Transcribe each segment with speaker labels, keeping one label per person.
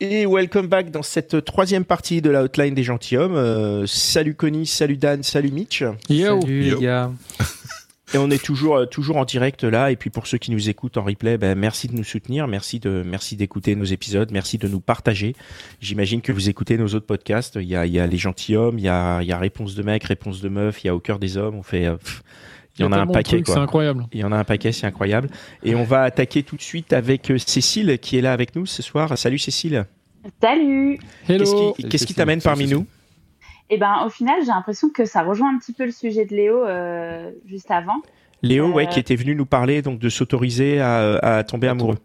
Speaker 1: Et welcome back dans cette troisième partie de la Outline des Gentilhommes. Euh, salut Connie, salut Dan, salut Mitch.
Speaker 2: Yo.
Speaker 3: Salut
Speaker 2: Yo.
Speaker 3: les gars.
Speaker 1: Et on est toujours, euh, toujours en direct là. Et puis pour ceux qui nous écoutent en replay, ben, merci de nous soutenir, merci de, merci d'écouter nos épisodes, merci de nous partager. J'imagine que vous écoutez nos autres podcasts. Il y a, il y a les gentilshommes, il y a, il y a réponse de mec, réponse de meuf, il y a au cœur des hommes. On fait, euh, pff, il y, en a, un
Speaker 2: tellement de
Speaker 1: paquet
Speaker 2: trucs, C'est
Speaker 1: quoi.
Speaker 2: incroyable.
Speaker 1: Il y en a un paquet, c'est incroyable. Et on va attaquer tout de suite avec euh, Cécile qui est là avec nous ce soir. Salut Cécile.
Speaker 4: Salut
Speaker 1: Qu'est-ce
Speaker 2: Hello.
Speaker 1: qui- qu'est-ce qui
Speaker 3: Cécile.
Speaker 1: t'amène
Speaker 3: Salut,
Speaker 1: parmi
Speaker 3: Cécile.
Speaker 1: nous
Speaker 4: Eh ben, au final, j'ai l'impression que ça rejoint un petit peu le sujet de Léo euh, juste avant.
Speaker 1: Léo,
Speaker 4: Euh,
Speaker 1: ouais, qui était venu nous parler donc de s'autoriser à, à tomber amoureux.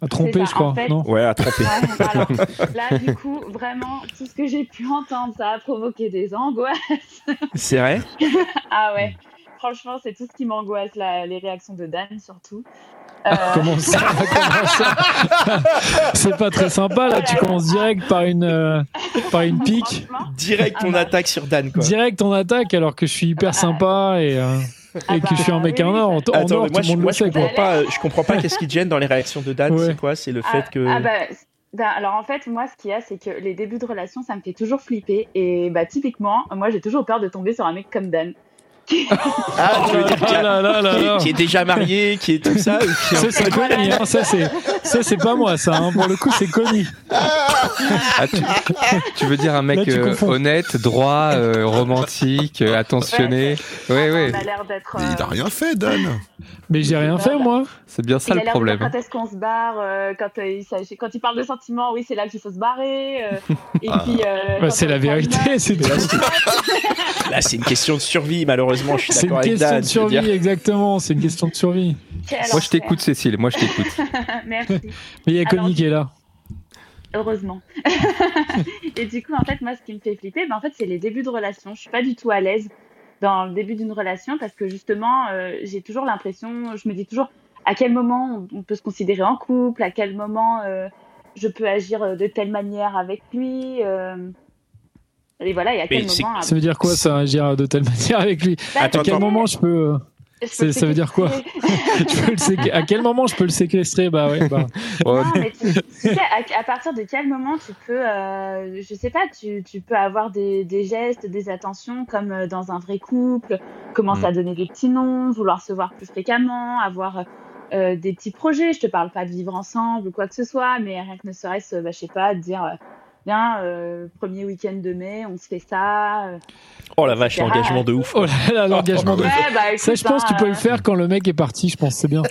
Speaker 2: À tromper,
Speaker 4: ça,
Speaker 2: je crois.
Speaker 4: en fait.
Speaker 2: Non.
Speaker 1: Ouais, à tromper.
Speaker 4: Ouais, alors, là, du coup, vraiment, tout ce que j'ai pu entendre, ça a provoqué des angoisses.
Speaker 1: C'est vrai.
Speaker 4: Ah ouais, franchement, c'est tout ce qui m'angoisse, là, les réactions de Dan surtout. Euh,
Speaker 2: Ah, Comment ça, Comment ça C'est pas très sympa là. Tu commences direct par une euh, par une pique.
Speaker 4: franchement,
Speaker 1: Direct,
Speaker 4: Ah
Speaker 1: on
Speaker 4: bah.
Speaker 1: attaque sur Dan, quoi.
Speaker 2: Direct on attaque alors que je suis hyper sympa et, euh,
Speaker 4: Ah
Speaker 2: et que je suis un
Speaker 4: bah,
Speaker 2: mec
Speaker 4: oui,
Speaker 2: en
Speaker 4: oui,
Speaker 2: or. En, en
Speaker 1: Attends,
Speaker 2: or,
Speaker 1: mais moi,
Speaker 2: oh tout
Speaker 1: je,
Speaker 2: le monde
Speaker 1: moi,
Speaker 2: le
Speaker 1: je
Speaker 2: sait quoi.
Speaker 1: comprends pas, euh, je comprends pas qu'est-ce qui te gêne dans les réactions de Dan,
Speaker 2: Ouais.
Speaker 1: c'est quoi C'est le
Speaker 4: Ah,
Speaker 1: fait que.
Speaker 4: ah bah, c- bah, alors en fait, moi, ce qu'il y a, c'est que les débuts de relation, ça me fait toujours flipper. Et bah, typiquement, moi, j'ai toujours peur de tomber sur un mec comme Dan.
Speaker 1: Ah, tu veux dire qu'il y
Speaker 2: Ah
Speaker 1: a-
Speaker 2: là là là
Speaker 1: qui, est-
Speaker 2: là.
Speaker 1: qui est déjà marié, qui est tout ça ou qui est-
Speaker 2: Ça c'est
Speaker 4: Voilà.
Speaker 2: Connie, hein, ça c'est ça c'est pas moi ça. hein. Pour le coup c'est Connie.
Speaker 3: Ah, tu, tu veux dire un
Speaker 2: Là,
Speaker 3: mec
Speaker 2: tu
Speaker 3: euh,
Speaker 2: confonds.
Speaker 3: honnête, droit, euh, romantique, euh, attentionné. Ouais, ouais.
Speaker 4: On a l'air d'être.
Speaker 5: Il a
Speaker 4: euh,
Speaker 5: rien fait, Dan.
Speaker 2: Mais j'ai rien fait moi.
Speaker 3: C'est bien
Speaker 4: il
Speaker 3: ça
Speaker 4: a
Speaker 3: le
Speaker 4: l'air de dire
Speaker 3: problème. hein.
Speaker 4: Quand est-ce qu'on se barre euh, quand, euh, il s'agit- quand il parle de sentiments, oui, c'est là qu'il faut se barrer. euh, et
Speaker 3: Ah.
Speaker 4: puis, euh,
Speaker 2: Bah,
Speaker 4: quand
Speaker 2: c'est
Speaker 4: on
Speaker 2: la
Speaker 4: se prend une
Speaker 2: vérité. C'est
Speaker 1: Là, c'est- Là, c'est une question de survie, malheureusement. Je suis
Speaker 2: c'est
Speaker 1: d'accord
Speaker 2: une
Speaker 1: avec
Speaker 2: question
Speaker 1: Dan.
Speaker 2: de
Speaker 1: je veux dire.
Speaker 2: survie exactement. C'est une question de survie.
Speaker 4: meuf, quel
Speaker 3: Moi je
Speaker 4: enfer.
Speaker 3: t'écoute Cécile, moi je t'écoute.
Speaker 4: Merci.
Speaker 2: Mais il y a
Speaker 4: Alors,
Speaker 2: Connie qui est là.
Speaker 4: Heureusement. et du coup, en fait, moi, ce qui me fait flipper, ben, en fait, c'est les débuts de relation. Je suis pas du tout à l'aise dans le début d'une relation parce que justement, euh, j'ai toujours l'impression, je me dis toujours à quel moment on on peut se considérer en couple, à quel moment euh, je peux agir euh, de telle manière avec lui. euh, et voilà, et à quel
Speaker 1: c'est-
Speaker 4: moment.
Speaker 2: Ça veut dire quoi ça agir de telle manière avec lui
Speaker 4: Bah,
Speaker 1: Attends,
Speaker 2: À quel
Speaker 1: attends.
Speaker 2: moment je peux, euh,
Speaker 4: je peux
Speaker 2: c'est- ça veut dire quoi
Speaker 4: séquestrer.
Speaker 2: je peux le séquestrer À quel moment je peux le séquestrer Bah ouais. Bah,
Speaker 3: Oh,
Speaker 4: Non, mais tu, tu sais, à, à partir de quel moment tu peux, euh, je sais pas, tu, tu peux avoir des, des gestes, des attentions comme euh, dans un vrai couple, commencer
Speaker 3: Mm.
Speaker 4: à donner des petits noms, vouloir se voir plus fréquemment, avoir euh, des petits projets. Je te parle pas de vivre ensemble ou quoi que ce soit, mais rien que ne serait-ce, euh, bah, je sais pas, de dire. euh, Bien, euh, premier week-end de mai, on se fait ça. euh.
Speaker 1: Oh la vache, l'engagement de ouf.
Speaker 2: oh là là, l'engagement de.
Speaker 5: Ouais,
Speaker 4: bah, écoute,
Speaker 2: Ça, je pense que
Speaker 4: hein,
Speaker 2: tu peux
Speaker 4: euh,
Speaker 2: le faire quand le mec est parti. Je pense c'est bien.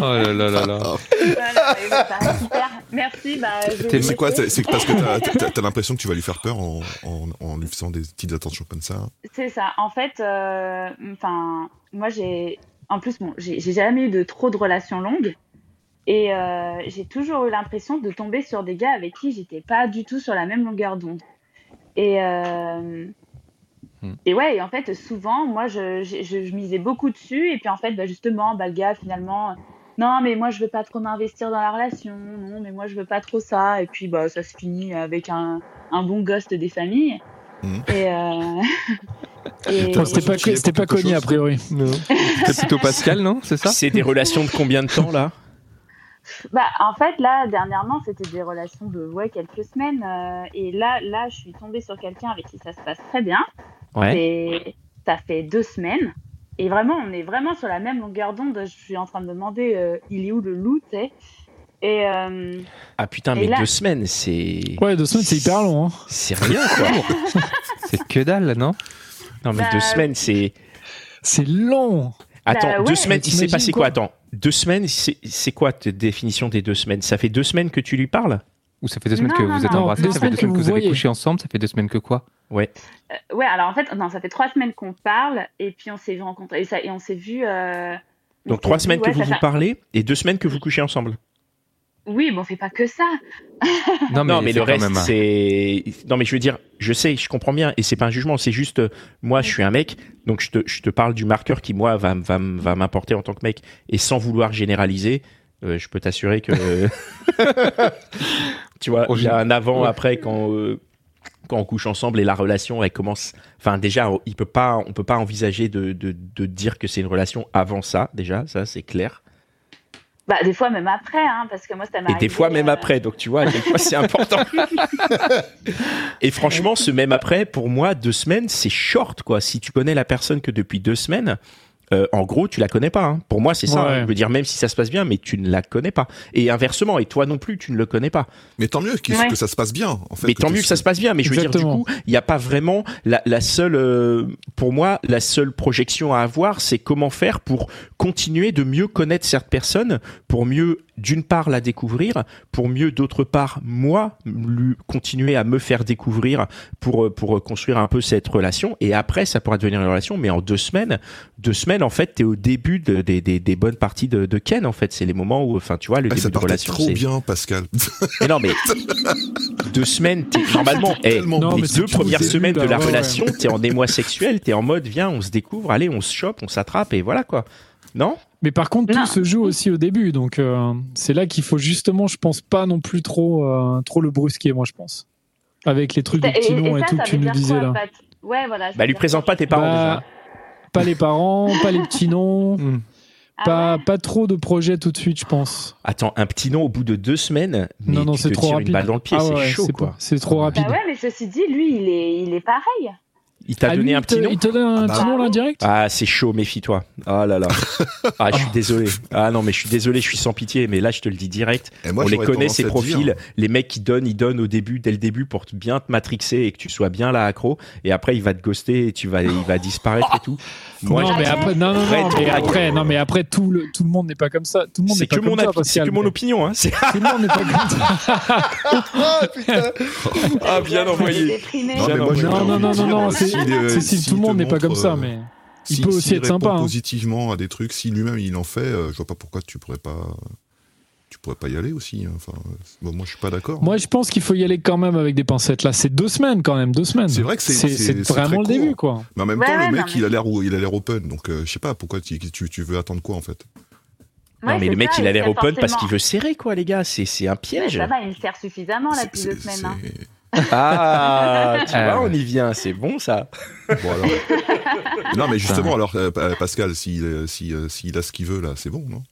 Speaker 3: oh là là là là.
Speaker 4: voilà, ouais, bah, super. Merci. Bah, je
Speaker 3: T'es-
Speaker 4: vais
Speaker 5: C'est quoi
Speaker 4: laisser.
Speaker 5: C'est c'est parce que t'as- t'as t'as l'impression que tu vas lui faire peur en, en, en lui faisant des petites attentions comme ça.
Speaker 4: C'est ça. En fait, euh, enfin, moi j'ai, en plus, bon, j'ai j'ai jamais eu de trop de relations longues et euh, j'ai toujours eu l'impression de tomber sur des gars avec qui j'étais pas du tout sur la même longueur d'onde. Et euh,
Speaker 3: Hmm.
Speaker 4: et ouais, et en fait, souvent, moi, je, je, je- je misais beaucoup dessus et puis en fait, bah, justement, bah, le gars finalement, euh, non, mais moi, je veux pas trop m'investir dans la relation. Non, mais moi, je veux pas trop ça. Et puis, bah, ça se finit avec un un bon ghost des familles.
Speaker 5: Hmm.
Speaker 4: Et, euh, et-
Speaker 2: Enfin, C'était pas
Speaker 5: qu'il est
Speaker 2: c'était
Speaker 5: pour
Speaker 2: pas
Speaker 5: quelque
Speaker 2: Connie a
Speaker 5: chose.
Speaker 2: priori.
Speaker 3: C'est plutôt Pascal, non C'est ça
Speaker 1: C'est des relations de combien de temps là
Speaker 4: Bah, en fait, là, dernièrement, c'était des relations de ouais, quelques semaines. euh, et là, là, je suis tombée sur quelqu'un avec qui ça se passe très bien.
Speaker 1: Ouais.
Speaker 4: Et ça fait deux semaines. Et vraiment, on est vraiment sur la même longueur d'onde. Je suis en train de demander, euh, il est où le loup, tu sais Et euh,
Speaker 1: Ah putain,
Speaker 4: Et
Speaker 1: mais
Speaker 4: là-
Speaker 1: deux semaines, c'est.
Speaker 2: Ouais, deux semaines c'est hyper long. hein.
Speaker 1: C'est rien quoi.
Speaker 3: C'est que dalle, non
Speaker 1: Non mais
Speaker 4: Bah,
Speaker 1: deux semaines, c'est.
Speaker 2: C'est long.
Speaker 1: Attends,
Speaker 4: Bah ouais.
Speaker 1: deux semaines, il s'est
Speaker 2: T'imagines
Speaker 1: passé quoi,
Speaker 2: quoi
Speaker 1: Attends, deux semaines, c'est c'est quoi ta définition des deux semaines Ça fait deux semaines que tu lui parles
Speaker 3: Ou ça fait deux semaines
Speaker 4: Non,
Speaker 3: que
Speaker 4: non,
Speaker 3: vous êtes
Speaker 4: non.
Speaker 3: embrassés,
Speaker 4: Deux
Speaker 3: ça fait
Speaker 2: semaines
Speaker 3: deux semaines
Speaker 2: que
Speaker 3: que vous
Speaker 2: vous
Speaker 3: avez
Speaker 2: voyez.
Speaker 3: couché ensemble, ça fait deux semaines que quoi
Speaker 4: euh, ouais, alors en fait, non, ça fait trois semaines qu'on parle. Et puis, on s'est vu rencontrer. Et, ça, et on s'est vu. euh,
Speaker 1: Donc
Speaker 4: c'est-
Speaker 1: trois semaines
Speaker 4: ouais,
Speaker 1: que vous
Speaker 4: ça
Speaker 1: vous
Speaker 4: fait-
Speaker 1: parlez et deux semaines que vous couchez ensemble.
Speaker 4: Oui, mais on fait pas que ça.
Speaker 3: Non,
Speaker 1: non, mais
Speaker 3: c'est
Speaker 1: le
Speaker 3: quand
Speaker 1: reste,
Speaker 3: même hein. un-
Speaker 1: c'est. Non, mais je veux dire, je sais, je comprends bien, et c'est pas un jugement, c'est juste, euh, moi, je suis un mec, donc je te, je te parle du marqueur qui, moi, va, m- va, m- va m'apporter en tant que mec, et sans vouloir généraliser, euh, je peux t'assurer que. tu vois,
Speaker 3: Au
Speaker 1: il y a un
Speaker 3: Ouais.
Speaker 1: avant-après quand. euh, quand on couche ensemble et la relation, elle commence. Enfin, déjà, on- il peut pas, on peut pas envisager de, de, de dire que c'est une relation avant ça. Déjà, ça c'est clair.
Speaker 4: Bah, des fois même après, hein, parce que moi ça
Speaker 1: Et
Speaker 4: m'est
Speaker 1: des
Speaker 4: arrivé,
Speaker 1: fois même
Speaker 4: euh,
Speaker 1: après, donc tu vois à quel point c'est important. et franchement, ce même après, pour moi, deux semaines, c'est short quoi. Si tu connais la personne que depuis deux semaines, euh, en gros, tu la connais pas. hein. Pour moi, c'est ça.
Speaker 2: Ouais.
Speaker 1: hein. Je veux dire, même si ça se passe bien, mais tu ne la connais pas. Et inversement, et toi non plus, tu ne le connais pas.
Speaker 5: Mais tant mieux qu'il-
Speaker 4: Ouais.
Speaker 5: que ça se passe bien. En fait,
Speaker 1: mais tant
Speaker 5: tu-
Speaker 1: mieux que ça se passe bien. Mais je veux dire,
Speaker 2: Exactement.
Speaker 1: du coup, il n'y a pas vraiment la, la seule, euh, pour moi, la seule projection à avoir, c'est comment faire pour continuer de mieux connaître cette personne, pour mieux, d'une part, la découvrir, pour mieux, d'autre part, moi, lui, continuer à me faire découvrir pour, euh, pour euh, construire un peu cette relation. Et après, ça pourra devenir une relation, mais en deux semaines, deux semaines, en fait, t'es au début de- des, des, des bonnes parties de, de Ken, en fait. C'est les moments où, enfin, tu vois, le
Speaker 5: Ah,
Speaker 1: début
Speaker 5: ça
Speaker 1: de
Speaker 5: partait
Speaker 1: relation.
Speaker 5: trop
Speaker 1: c'est-
Speaker 5: bien, Pascal.
Speaker 1: mais non, mais deux semaines, t'es- normalement,
Speaker 5: C'était
Speaker 1: eh,
Speaker 5: tellement
Speaker 2: Non,
Speaker 1: les
Speaker 2: mais c'est
Speaker 1: deux
Speaker 2: tout au
Speaker 1: premières
Speaker 2: début,
Speaker 1: semaines de
Speaker 2: là,
Speaker 1: la
Speaker 2: Bah ouais,
Speaker 1: relation, t'es en émoi sexuel, t'es en mode, viens, on se découvre, allez, on se chope, on s'attrape, et voilà quoi. Non
Speaker 2: Mais par contre,
Speaker 4: Non.
Speaker 2: tout se joue aussi au début, donc euh, c'est là qu'il faut justement, je pense, pas non plus trop, euh, trop le brusquer, moi je pense. Avec les trucs
Speaker 4: Et,
Speaker 2: du petit
Speaker 4: et- et
Speaker 2: nom et,
Speaker 4: ça,
Speaker 2: tout
Speaker 4: ça
Speaker 2: que tu
Speaker 4: veut
Speaker 2: nous
Speaker 4: dire
Speaker 2: disais
Speaker 4: quoi,
Speaker 2: là.
Speaker 4: Pat Ouais, voilà. ça
Speaker 1: Bah,
Speaker 4: veut
Speaker 1: lui
Speaker 4: dire
Speaker 1: présente
Speaker 4: quoi
Speaker 1: pas tes parents
Speaker 2: Bah, Pas les parents, pas les petits noms,
Speaker 3: Hmm.
Speaker 4: Ah
Speaker 2: pas,
Speaker 4: ouais
Speaker 2: pas trop de projets tout de suite, je pense.
Speaker 1: déjà. Attends, un petit nom au bout de deux semaines, mais
Speaker 2: non, non,
Speaker 1: tu
Speaker 2: c'est
Speaker 1: te
Speaker 2: trop
Speaker 1: tires
Speaker 2: rapide.
Speaker 1: une balle dans le pied,
Speaker 2: Ah
Speaker 1: c'est
Speaker 2: ouais,
Speaker 1: chaud
Speaker 2: c'est
Speaker 1: quoi. Ah
Speaker 2: pas- C'est trop rapide.
Speaker 4: Bah ouais, mais ceci dit, lui, il est, il est pareil.
Speaker 1: Il t'a
Speaker 2: Ah,
Speaker 1: donné
Speaker 2: lui,
Speaker 1: un
Speaker 2: il te-
Speaker 1: petit nom
Speaker 2: Il te donne un
Speaker 5: Ah
Speaker 2: petit
Speaker 4: bah.
Speaker 2: nom là direct
Speaker 1: Ah, c'est chaud, méfie-toi. Ah là là. Ah, je suis désolé. Ah non, mais je suis désolé, je suis sans pitié, mais là, je te le dis direct.
Speaker 5: Et moi,
Speaker 1: on les
Speaker 5: j'aurais
Speaker 1: connaît,
Speaker 5: tendance
Speaker 1: ces
Speaker 5: à te dire-
Speaker 2: Eh
Speaker 5: hein.
Speaker 1: profils. Les mecs qui donnent, ils donnent au début, dès le début, pour te bien te matrixer et que tu sois bien là accro. Et après, il va te ghoster et tu vas, il va disparaître et tout. Moi,
Speaker 2: non,
Speaker 4: je-
Speaker 2: mais après, non, non,
Speaker 1: Arrête,
Speaker 2: non, mais
Speaker 1: on-
Speaker 2: après, non, mais après, tout le, tout le monde n'est pas comme ça. Tout le monde n'est
Speaker 1: c'est
Speaker 2: pas
Speaker 1: que,
Speaker 2: comme
Speaker 1: mon
Speaker 2: ça,
Speaker 1: avis, c'est
Speaker 2: Pascal,
Speaker 1: que mon
Speaker 2: mais-
Speaker 1: opinion. Hein. C'est-
Speaker 2: Tout le monde n'est pas comme ça.
Speaker 1: Ah,
Speaker 4: Ouais, il est déprimé.
Speaker 5: Non, mais
Speaker 1: Bien
Speaker 5: moi,
Speaker 1: envoyé.
Speaker 5: j'aurais
Speaker 2: Non, non,
Speaker 5: envie
Speaker 2: non, non,
Speaker 5: de dire,
Speaker 2: non,
Speaker 5: euh,
Speaker 2: c'est
Speaker 5: s'il, euh,
Speaker 2: c'est si
Speaker 5: s'il
Speaker 2: tout le
Speaker 5: te
Speaker 2: monde n'est pas
Speaker 5: montre,
Speaker 2: comme ça,
Speaker 5: euh,
Speaker 2: mais il
Speaker 5: s'il-
Speaker 2: peut aussi
Speaker 5: s'il
Speaker 2: être sympa.
Speaker 5: répond
Speaker 2: hein.
Speaker 5: positivement à des trucs, si lui-même il en fait, euh, je vois pas pourquoi tu pourrais pas, tu pourrais pas y aller aussi. hein. Enfin, euh, bon, moi je suis pas d'accord.
Speaker 2: Moi, je pense qu'il faut y aller quand même avec des pincettes. Là, c'est deux semaines quand même, deux semaines.
Speaker 5: C'est vrai que c'est- c'est-
Speaker 2: c'est
Speaker 5: c'est
Speaker 2: vraiment le
Speaker 5: très court.
Speaker 2: début, quoi.
Speaker 5: Mais en même
Speaker 4: Ouais,
Speaker 5: temps,
Speaker 4: ouais,
Speaker 5: le mec
Speaker 4: non, mais-
Speaker 5: il a l'air ou- il a l'air open, donc euh, je sais pas pourquoi tu, tu- tu veux attendre quoi en fait.
Speaker 4: Ouais,
Speaker 1: non, mais
Speaker 4: c'est
Speaker 1: le mec,
Speaker 4: ça,
Speaker 1: il a l'air open
Speaker 4: forcément-
Speaker 1: parce qu'il veut serrer, quoi, les gars. C'est, c'est un
Speaker 4: Ouais,
Speaker 1: piège.
Speaker 4: Ça va, il me sert suffisamment
Speaker 2: Oh,
Speaker 4: là
Speaker 5: C'est-
Speaker 4: depuis deux
Speaker 5: c'est-
Speaker 4: semaines. hein.
Speaker 1: Ah,
Speaker 2: Euh.
Speaker 1: tu
Speaker 3: Ah
Speaker 1: vois,
Speaker 3: ouais.
Speaker 1: on y vient. C'est bon, ça.
Speaker 5: c'est- bon, alors. non mais justement
Speaker 1: Ah.
Speaker 5: alors euh, euh, Pascal, s'il euh, si, euh, s'il a ce qu'il veut là, c'est bon non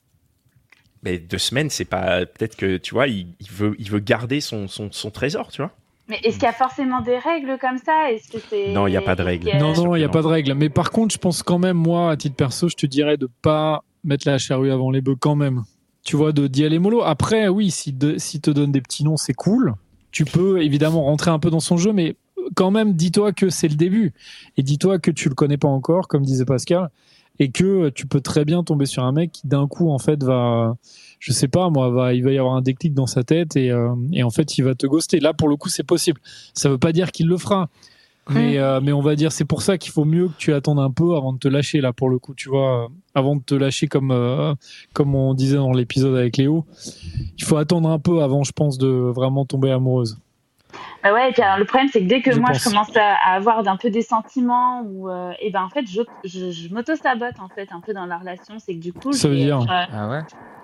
Speaker 1: Mais deux semaines, c'est pas. Peut-être que, tu vois, il, il veut, il veut garder son, son, son trésor, tu vois.
Speaker 4: Mais est-ce qu'il y a forcément des règles comme ça Est-ce que c'est
Speaker 1: Non, il y a pas de règles.
Speaker 4: est-ce que-
Speaker 2: Non,
Speaker 1: sûr
Speaker 2: non,
Speaker 1: que
Speaker 2: il n'y a
Speaker 1: non.
Speaker 2: pas de règle. Mais par contre, je pense quand même, moi, à titre perso, je te dirais de pas mettre la charrue avant les bœufs quand même. Tu vois, de d'y aller mollo. Après, oui, si de- s'il te donne des petits noms, c'est cool. Tu peux évidemment rentrer un peu dans son jeu, mais quand même, dis-toi que c'est le début. Et dis-toi que tu le connais pas encore, comme disait Pascal, et que tu peux très bien tomber sur un mec qui d'un coup, en fait, va, je sais pas, moi, va, il va y avoir un déclic dans sa tête et, euh, et en fait, il va te ghoster. Là, pour le coup, c'est possible. Ça veut pas dire qu'il le fera. Mais, euh, mais on va dire, c'est pour ça qu'il faut mieux que tu attendes un peu avant de te lâcher, là, pour le coup, tu vois. euh, Avant de te lâcher, comme, euh, comme on disait dans l'épisode avec Léo, il faut attendre un peu avant, je pense, de vraiment tomber amoureuse.
Speaker 4: Bah ouais, et puis alors, le problème c'est que dès que
Speaker 2: Je
Speaker 4: moi
Speaker 2: pense.
Speaker 4: je commence à, à avoir un peu des sentiments ou euh, et ben en fait je, je, je m'auto sabote en fait un peu dans la relation, c'est que du coup
Speaker 2: Ça
Speaker 4: je
Speaker 2: veut
Speaker 4: vais
Speaker 2: dire-
Speaker 4: être, euh,
Speaker 3: Ah ouais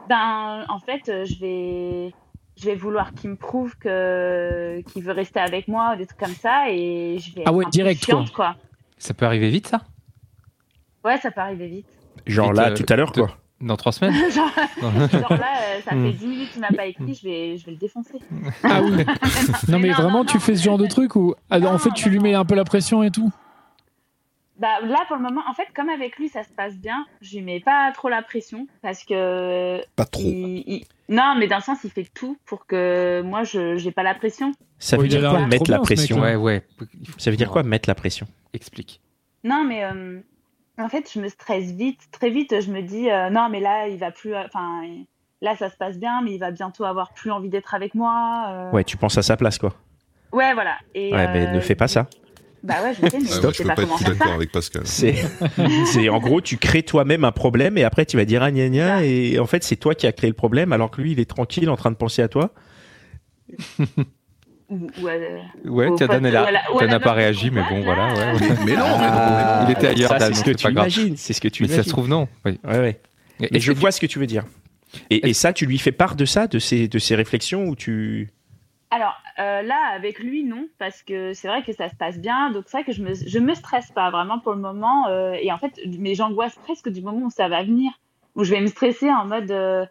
Speaker 4: ben en fait euh, je vais je vais vouloir qu'il me prouve que qu'il veut rester avec moi ou des trucs comme ça et je vais
Speaker 2: Ah
Speaker 4: être
Speaker 2: ouais,
Speaker 4: un peu
Speaker 2: direct, quoi.
Speaker 4: chiante, quoi.
Speaker 3: Ça peut arriver vite, ça
Speaker 4: Ouais, ça peut arriver vite.
Speaker 1: Genre
Speaker 3: Vite,
Speaker 1: là,
Speaker 3: euh,
Speaker 1: tout à l'heure,
Speaker 3: de-
Speaker 1: quoi.
Speaker 3: Dans trois semaines
Speaker 4: genre,
Speaker 3: Non.
Speaker 4: genre là, euh, ça
Speaker 3: Hmm.
Speaker 4: fait 10 minutes qu'il m'a pas écrit, je vais je vais le défoncer.
Speaker 2: Ah oui Non, mais
Speaker 4: non,
Speaker 2: vraiment,
Speaker 4: non,
Speaker 2: tu
Speaker 4: non.
Speaker 2: fais ce genre de truc où, ah,
Speaker 4: Non,
Speaker 2: en fait, tu
Speaker 4: non,
Speaker 2: lui
Speaker 4: non.
Speaker 2: mets un peu la pression et tout
Speaker 4: Bah, là, pour le moment, en fait, comme avec lui, ça se passe bien, je lui mets pas trop la pression parce que.
Speaker 5: Pas trop.
Speaker 4: il- il- Non, mais dans le sens, il fait tout pour que moi, je j'ai pas la pression.
Speaker 1: Ça
Speaker 2: Oh,
Speaker 1: veut
Speaker 2: il a
Speaker 1: dire
Speaker 2: l'air
Speaker 1: quoi,
Speaker 2: trop
Speaker 1: mettre
Speaker 2: bien,
Speaker 1: la
Speaker 2: ce
Speaker 1: pression
Speaker 2: mec-là.
Speaker 3: Ouais, ouais. Il faut-
Speaker 1: Ça veut dire quoi, mettre la pression
Speaker 3: Explique.
Speaker 4: Non, mais euh, en fait, je me stresse vite, très vite. Je me dis, euh, non, mais là, il va plus. euh, Enfin, là, ça se passe bien, mais il va bientôt avoir plus envie d'être avec moi. euh,
Speaker 1: Ouais, tu penses à sa place, quoi.
Speaker 4: Ouais, voilà. Et,
Speaker 1: Ouais, mais
Speaker 4: euh,
Speaker 1: ne fais pas ça.
Speaker 4: Bah ouais, je sais, mais
Speaker 5: Ah
Speaker 4: je
Speaker 5: ouais, je
Speaker 4: sais
Speaker 5: peux
Speaker 4: pas
Speaker 5: pas
Speaker 4: comment
Speaker 5: être
Speaker 4: faire
Speaker 5: d'accord
Speaker 4: ça.
Speaker 5: avec Pascal.
Speaker 1: C'est, c'est- en gros, tu crées toi-même un problème et après tu vas dire ah gna gna et en fait c'est toi qui as créé le problème alors que lui il est tranquille en train de penser à toi.
Speaker 4: Ou- ou, euh,
Speaker 3: Ouais,
Speaker 4: Ou
Speaker 3: tiens, Dan,
Speaker 4: pas-
Speaker 3: elle a-
Speaker 4: ou à la- ou à
Speaker 3: Dan
Speaker 4: la
Speaker 3: n'a pas
Speaker 4: meuf
Speaker 3: réagi,
Speaker 4: qu'on
Speaker 3: mais
Speaker 4: voit,
Speaker 3: bon,
Speaker 4: là.
Speaker 3: voilà. ouais.
Speaker 5: Mais non, mais-
Speaker 3: Il était ailleurs,
Speaker 1: ça,
Speaker 3: Dan,
Speaker 1: c'est ce
Speaker 3: donc
Speaker 1: que
Speaker 3: c'est
Speaker 1: tu
Speaker 3: pas grave.
Speaker 1: imagines, c'est ce que tu
Speaker 3: Mais ça se
Speaker 1: imagines.
Speaker 3: trouve, non. Oui.
Speaker 1: Ouais, ouais.
Speaker 3: Et-
Speaker 1: Mais
Speaker 3: et
Speaker 1: je
Speaker 3: tu-
Speaker 1: vois ce que tu veux dire. Et, et ça, tu lui fais part de ça, de ces, de ces réflexions où tu.
Speaker 4: Alors euh, là, avec lui, non, parce que c'est vrai que ça se passe bien. Donc c'est vrai que je me, je me stresse pas vraiment pour le moment. euh, et en fait, mais j'angoisse presque du moment où ça va venir, où je vais me stresser en mode euh,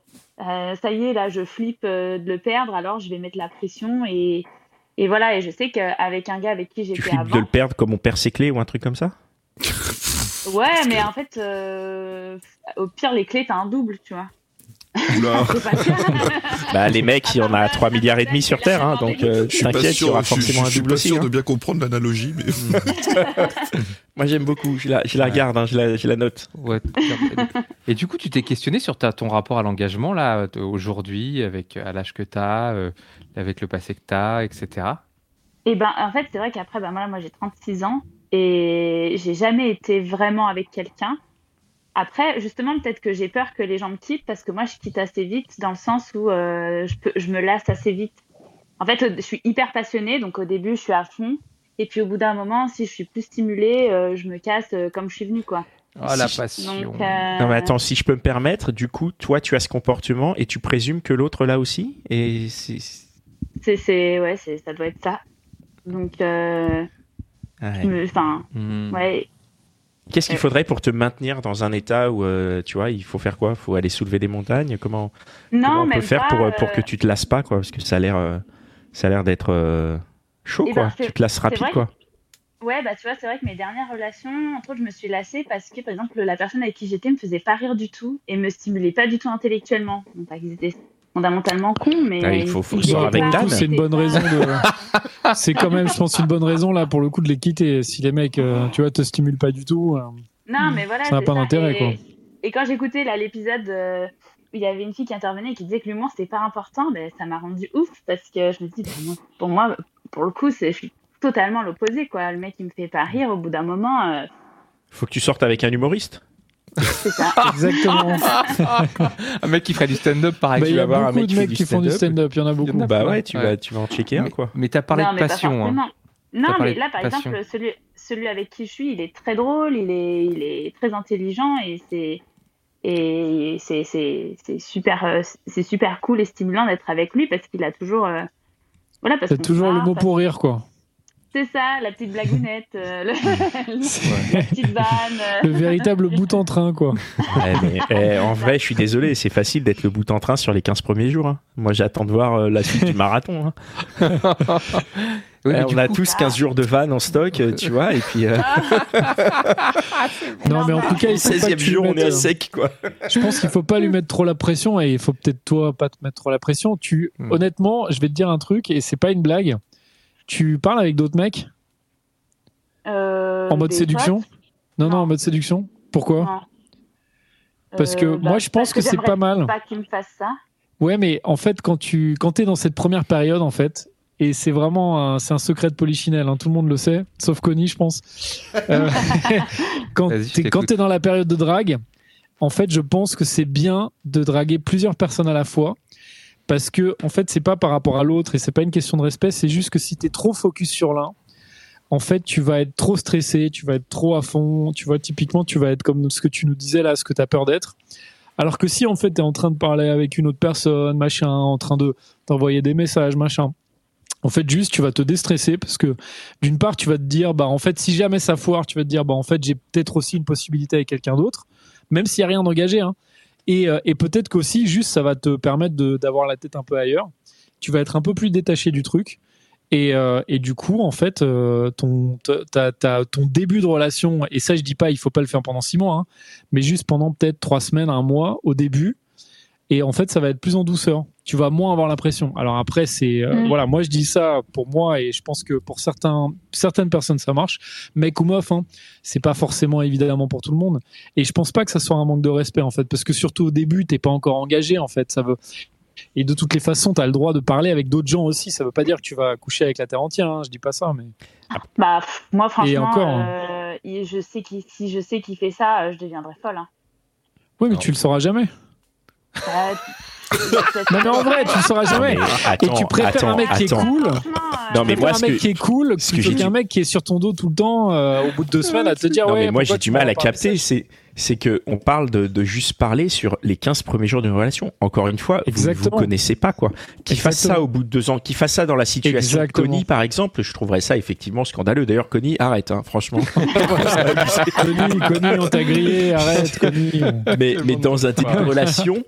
Speaker 4: euh, ça y est, là, je flippe euh, de le perdre, alors je vais mettre la pression et et voilà. Et je sais qu'avec un gars avec qui
Speaker 1: Tu
Speaker 4: j'étais
Speaker 1: flippes de
Speaker 4: avant,
Speaker 1: le perdre comme on perd ses clés ou un truc comme ça
Speaker 4: ouais, mais en fait, euh, au pire, les clés, t'as un double, tu vois.
Speaker 5: Oula,
Speaker 4: C'est pas
Speaker 1: Bah, les mecs, il y en a 3 milliards et demi sur Terre, hein, donc euh,
Speaker 5: je suis pas
Speaker 1: t'inquiète, il y
Speaker 5: sûr,
Speaker 1: aura
Speaker 5: je suis-
Speaker 1: forcément
Speaker 5: je
Speaker 1: un
Speaker 5: suis
Speaker 1: double
Speaker 5: pas
Speaker 1: aussi.
Speaker 5: sûr
Speaker 1: hein.
Speaker 5: de bien comprendre l'analogie, mais
Speaker 1: Moi, j'aime beaucoup, je la, je la regarde, hein, je, la, je la note.
Speaker 3: Ouais. Et du coup, tu t'es questionné sur ta- ton rapport à l'engagement, là, t- aujourd'hui, avec euh, à l'âge que tu as, avec le passé que tu as, etc.
Speaker 4: Et ben, en fait, c'est vrai qu'après, ben voilà, moi j'ai 36 ans et j'ai jamais été vraiment avec quelqu'un. Après, justement, peut-être que j'ai peur que les gens me quittent parce que moi je quitte assez vite dans le sens où euh, je, peux, je me lasse assez vite. En fait, au- je suis hyper passionnée, donc au début je suis à fond. Et puis au bout d'un moment, si je suis plus stimulée, euh, je me casse euh, comme je suis venue, quoi.
Speaker 3: Ah, la
Speaker 1: Si-
Speaker 3: passion.
Speaker 4: Donc, euh,
Speaker 1: Non, mais attends, si je peux me permettre, du coup, toi, tu as ce comportement et tu présumes que l'autre là aussi Et c'est. c'est-
Speaker 4: c'est, c'est, ouais, c'est, ça doit être ça. Donc, euh,
Speaker 1: ouais. Mm.
Speaker 4: je me- enfin,
Speaker 3: Hmm.
Speaker 4: ouais,
Speaker 1: Qu'est-ce
Speaker 4: Euh.
Speaker 1: qu'il faudrait pour te maintenir dans un état où, euh, tu vois, il faut faire quoi faut aller soulever des montagnes Comment, comment
Speaker 4: Non,
Speaker 1: on
Speaker 4: mais
Speaker 1: peut faire pour, euh, pour que tu te lasses pas, quoi Parce que ça a l'air, euh, ça a l'air d'être euh, chaud,
Speaker 4: Eh
Speaker 1: quoi.
Speaker 4: ben, c'est-
Speaker 1: tu te lasses rapide,
Speaker 4: vrai que-
Speaker 1: quoi.
Speaker 4: Ouais, bah tu vois, c'est vrai que mes dernières relations, entre autres, je me suis lassée parce que, par exemple, la personne avec qui j'étais me faisait pas rire du tout et me stimulait pas du tout intellectuellement. Bon, pas qu'ils étaient fondamentalement cons, mais.
Speaker 1: Ah, il faut- faut
Speaker 4: ils
Speaker 1: se voir
Speaker 4: étaient
Speaker 1: avec
Speaker 4: pas-
Speaker 1: Dan.
Speaker 4: ils
Speaker 2: C'est une
Speaker 4: étaient
Speaker 2: bonne
Speaker 4: pas-
Speaker 2: raison de- C'est quand même, je pense, une bonne raison là pour le coup de les quitter. Si les mecs, euh, tu vois, te stimulent pas du tout. euh,
Speaker 4: Non, mais voilà.
Speaker 2: Ça n'a
Speaker 4: c'est
Speaker 2: pas d'intérêt,
Speaker 4: Et-
Speaker 2: quoi.
Speaker 4: Et quand j'écoutais là l'épisode euh, où il y avait une fille qui intervenait et qui disait que l'humour c'était pas important, ben, ça m'a rendu ouf parce que je me dis, pour moi, pour, moi, pour le coup, c'est je suis totalement l'opposé, quoi. Le mec, il me fait pas rire au bout d'un moment, euh,
Speaker 1: Faut que tu sortes avec un humoriste.
Speaker 4: c'est ça.
Speaker 3: Ah.
Speaker 2: Exactement.
Speaker 3: un mec qui ferait du stand-up,
Speaker 2: Bah,
Speaker 3: pareil.
Speaker 1: Ah, tu
Speaker 2: il y
Speaker 1: vas
Speaker 2: a
Speaker 1: voir un
Speaker 2: beaucoup
Speaker 1: mec
Speaker 2: de
Speaker 1: qui fait
Speaker 2: mecs
Speaker 1: du
Speaker 2: qui font du
Speaker 1: stand-up.
Speaker 2: stand-up. Il y en a beaucoup.
Speaker 1: Bah ouais, tu,
Speaker 3: ouais.
Speaker 1: Vas, tu vas en checker un,
Speaker 3: mais,
Speaker 1: quoi.
Speaker 3: mais t'as parlé
Speaker 4: Non,
Speaker 3: de
Speaker 4: mais pas
Speaker 3: passion. hein.
Speaker 4: forcément. Non,
Speaker 3: T'as parlé
Speaker 4: mais là,
Speaker 3: de
Speaker 4: par
Speaker 3: passion.
Speaker 4: exemple, celui, celui avec qui je suis, il est très drôle, il est, il est très intelligent et c'est. Et c'est- c'est c'est super, euh, c'est super cool et stimulant d'être avec lui parce qu'il a toujours. euh, voilà, parce
Speaker 2: T'as
Speaker 4: qu'on
Speaker 2: toujours le
Speaker 4: part,
Speaker 2: mot
Speaker 4: Ah, parce-
Speaker 2: pour rire, quoi.
Speaker 4: C'est ça, la petite blagounette, euh, le-
Speaker 2: C'est
Speaker 4: la petite vanne. euh.
Speaker 2: le véritable bout en train, quoi.
Speaker 1: Ouais, mais, eh, en vrai, je suis désolé, c'est facile d'être le bout en train sur les 15 premiers jours. hein. Moi, j'attends de voir euh, la suite du marathon. hein.
Speaker 3: Oui, mais
Speaker 1: Eh,
Speaker 3: du
Speaker 1: on a
Speaker 3: coup-
Speaker 1: tous 15 jours de vannes en stock, euh, tu vois, et puis euh,
Speaker 2: Non, mais en tout cas, il faut pas
Speaker 1: 16e
Speaker 2: que tu
Speaker 1: jour, on
Speaker 2: mettes,
Speaker 1: est à
Speaker 2: euh,
Speaker 1: sec, quoi.
Speaker 2: Je pense qu'il faut pas lui mettre trop la pression et il faut peut-être toi pas te mettre trop la pression. Tu
Speaker 3: Hmm.
Speaker 2: honnêtement, je vais te dire un truc et c'est pas une blague. Tu parles avec d'autres mecs
Speaker 4: Euh,
Speaker 2: en mode
Speaker 4: des
Speaker 2: séduction
Speaker 4: potes,
Speaker 2: Non, non,
Speaker 4: Non.
Speaker 2: en mode séduction. Pourquoi
Speaker 4: non.
Speaker 2: Parce que
Speaker 4: Euh, bah,
Speaker 2: moi, je pense
Speaker 4: parce
Speaker 2: que c'est
Speaker 4: j'aimerais
Speaker 2: pas mal.
Speaker 4: Pas qu'il me fasse ça.
Speaker 2: Ouais, mais en fait, quand tu quand es dans cette première période, en fait, et c'est vraiment un, c'est un secret de polichinelle, hein, tout le monde le sait, sauf Connie, je pense. Euh, quand
Speaker 3: Vas-y, je
Speaker 2: t'es- quand
Speaker 3: t'écoute.
Speaker 2: t'es dans la période de drague, en fait, je pense que c'est bien de draguer plusieurs personnes à la fois. Parce que, en fait, c'est pas par rapport à l'autre et c'est pas une question de respect, c'est juste que si t'es trop focus sur l'un, en fait, tu vas être trop stressé, tu vas être trop à fond, tu vois, typiquement, tu vas être comme ce que tu nous disais là, ce que tu as peur d'être. Alors que si, en fait, tu es en train de parler avec une autre personne, machin, en train de t'envoyer des messages, machin, en fait, juste, tu vas te déstresser parce que, d'une part, tu vas te dire, bah, en fait, si jamais ça foire, tu vas te dire, bah, en fait, j'ai peut-être aussi une possibilité avec quelqu'un d'autre, même s'il n'y a rien d'engagé, hein. Et, euh, et peut-être qu'aussi, juste, ça va te permettre de- d'avoir la tête un peu ailleurs. Tu vas être un peu plus détaché du truc. Et, euh, et du coup, en fait, euh, ton, ta- ta- ta- ton début de relation, et ça, je dis pas, il faut pas le faire pendant six mois, hein, mais juste pendant peut-être trois semaines, un mois au début. Et en fait, ça va être plus en douceur. Tu vas moins avoir l'impression. Alors après, c'est euh,
Speaker 4: Mm.
Speaker 2: voilà, moi je dis ça pour moi et je pense que pour certains, certaines personnes ça marche. Mec ou meuf, hein, c'est pas forcément évidemment pour tout le monde. Et je pense pas que ça soit un manque de respect en fait, parce que surtout au début, t'es pas encore engagé en fait. Ça veut Et de toutes les façons, tu as le droit de parler avec d'autres gens aussi. Ça veut pas dire que tu vas coucher avec la terre entière. hein, je dis pas ça, mais
Speaker 4: Bah, pff, moi, franchement,
Speaker 2: Et encore, hein.
Speaker 4: euh, il- je sais qu'il- si je sais qu'il fait ça, euh, je deviendrai folle. Hein.
Speaker 2: oui, mais
Speaker 3: Non.
Speaker 2: tu le sauras jamais.
Speaker 4: Ouais,
Speaker 2: Non, mais en vrai, tu le sauras jamais.
Speaker 1: Ah, Mais
Speaker 2: Ah Et tu préfères un mec qui est
Speaker 1: attends.
Speaker 2: cool.
Speaker 4: franchement,
Speaker 1: Non,
Speaker 4: euh,
Speaker 1: mais
Speaker 2: Préfères
Speaker 1: moi,
Speaker 2: un
Speaker 1: ce
Speaker 2: mec
Speaker 1: que-
Speaker 2: qui est cool
Speaker 1: ce que
Speaker 2: plutôt
Speaker 1: j'ai
Speaker 2: qu'un
Speaker 1: dit-
Speaker 2: mec qui est sur ton dos tout le temps euh, au bout de deux semaines à te dire
Speaker 1: Non,
Speaker 2: ouais.
Speaker 1: mais moi j'ai
Speaker 2: pourquoi
Speaker 1: du
Speaker 2: tu
Speaker 1: mal
Speaker 2: m'en
Speaker 1: à
Speaker 2: parles de
Speaker 1: capter,
Speaker 2: ça
Speaker 1: c'est c'est que on parle de, de juste parler sur les 15 premiers jours d'une relation. Encore une fois, vous vous
Speaker 2: Exactement.
Speaker 1: connaissez pas quoi. Qui fasse
Speaker 2: Exactement.
Speaker 1: ça au bout de deux ans, qui fasse ça dans la situation de
Speaker 2: Exactement.
Speaker 1: Connie par exemple, je trouverais ça effectivement scandaleux. D'ailleurs, Connie, arrête, hein, franchement.
Speaker 2: Connu, connu, on t'a grillé, arrête, connu.
Speaker 1: mais mais
Speaker 3: monde
Speaker 1: dans un début de
Speaker 3: parle.
Speaker 1: relation,